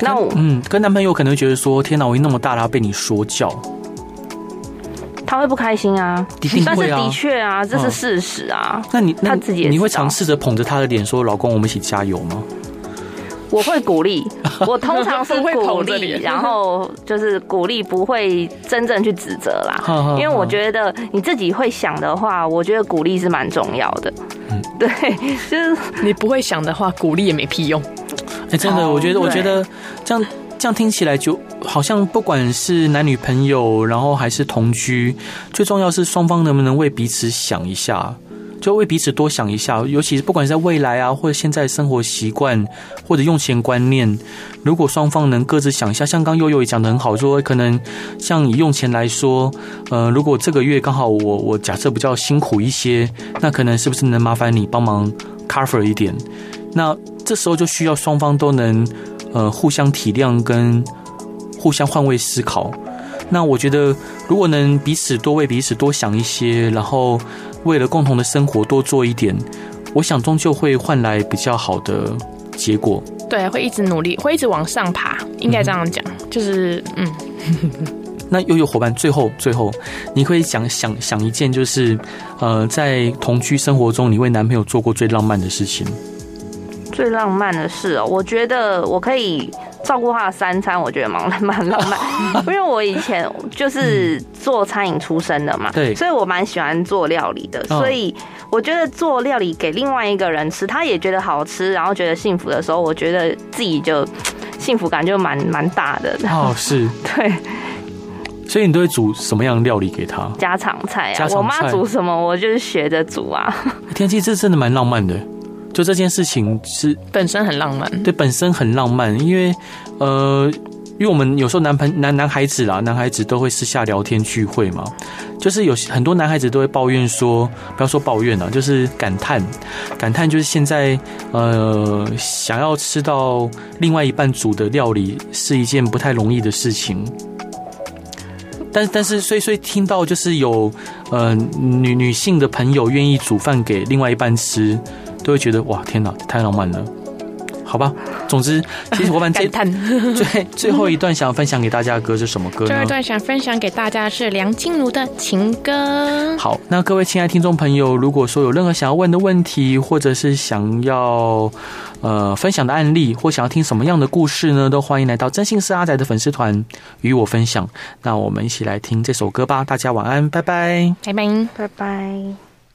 Speaker 2: 那我
Speaker 1: 嗯，跟男朋友可能会觉得说，天哪，我已经那么大了，还被你说教，
Speaker 2: 他会不开心啊，
Speaker 1: 一定
Speaker 2: 但是
Speaker 1: 会啊
Speaker 2: 的。确啊，这
Speaker 1: 嗯
Speaker 2: 是事实啊。
Speaker 1: 那你那
Speaker 2: 他自己也
Speaker 1: 你
Speaker 2: 知
Speaker 1: 会
Speaker 2: 道
Speaker 1: 尝试着捧着他的脸说：“老公，我们一起加油吗
Speaker 2: 我会鼓励，我通常是
Speaker 3: 不会
Speaker 2: 鼓
Speaker 3: 捧着
Speaker 2: 励，
Speaker 3: 脸
Speaker 2: 然后就是鼓励，不会真正去指责啦
Speaker 1: 哈哈哈。
Speaker 2: 因为我觉得你自己会想的话，我觉得鼓励是蛮重要的。 对，就是
Speaker 3: 你不会想的话，鼓励也没屁用。？”
Speaker 1: 哎，真的，
Speaker 2: 哦
Speaker 1: 我觉得，我
Speaker 2: 对
Speaker 1: 觉得这样这样听起来就好像，不管是男女朋友，然后还是同居，最重要是双方能不能为彼此想一下。就为彼此多想一下，尤其是不管是在未来啊，或者现在的生活习惯，或者用钱观念，如果双方能各自想一下，像刚悠悠也讲的很好，说可能像以用钱来说，呃，如果这个月刚好我我假设比较辛苦一些，那可能是不是能麻烦你帮忙 cover 一点？那这时候就需要双方都能呃互相体谅跟互相换位思考。那我觉得，如果能彼此多为彼此多想一些，然后为了共同的生活多做一点，我想终究会换来比较好的结果。
Speaker 3: 对，啊会一直努力，会一直往上爬，应该这样讲。就是，嗯，
Speaker 1: 那悠悠伙伴，最后最后，你可以想想想一件，就是呃，在同居生活中，你为男朋友做过最浪漫的事情。
Speaker 2: 最浪漫的事哦，我觉得我可以照顾他的三餐，我觉得蛮蛮浪 漫，因为我以前就是做餐饮出身的嘛，
Speaker 1: 对哦
Speaker 2: 所以我蛮喜欢做料理的，所以我觉得做料理给另外一个人吃，他也觉得好吃，然后觉得幸福的时候，我觉得自己就嗯幸福感就蛮蛮大的，
Speaker 1: 哦，是，
Speaker 2: 对，
Speaker 1: 所以你都会煮什么样的料理给他？
Speaker 2: 家常菜啊，
Speaker 1: 家常菜
Speaker 2: 我妈煮什么我就是学着煮啊，
Speaker 1: 天气这真的蛮浪漫的，就这件事情是
Speaker 3: 本身很浪漫。
Speaker 1: 对本身很浪漫，因为呃，因为我们有时候男朋男男孩子啦，男孩子都会私下聊天聚会嘛，就是有些很多男孩子都会抱怨说，不要说抱怨了，就是感叹，感叹就是现在呃，想要吃到另外一半煮的料理是一件不太容易的事情。但但是，所以所以听到就是有，呃，女女性的朋友愿意煮饭给另外一半吃，都会觉得哇，天哪，太浪漫了，好吧。总之，其实伙伴这啊
Speaker 3: 感叹。
Speaker 1: 最最后一段想分享给大家的歌是什么歌
Speaker 3: 最后
Speaker 1: 呢
Speaker 3: 一？段想分享给大家的是梁静茹的情歌。
Speaker 1: 好，那各位亲爱听众朋友，如果说有任何想要问的问题，或者是想要呃分享的案例，或想要听什么样的故事呢，都欢迎来到真心是阿仔的粉丝团与我分享。那我们一起来听这首歌吧，大家晚安，拜拜。
Speaker 3: 拜拜。
Speaker 2: 拜拜。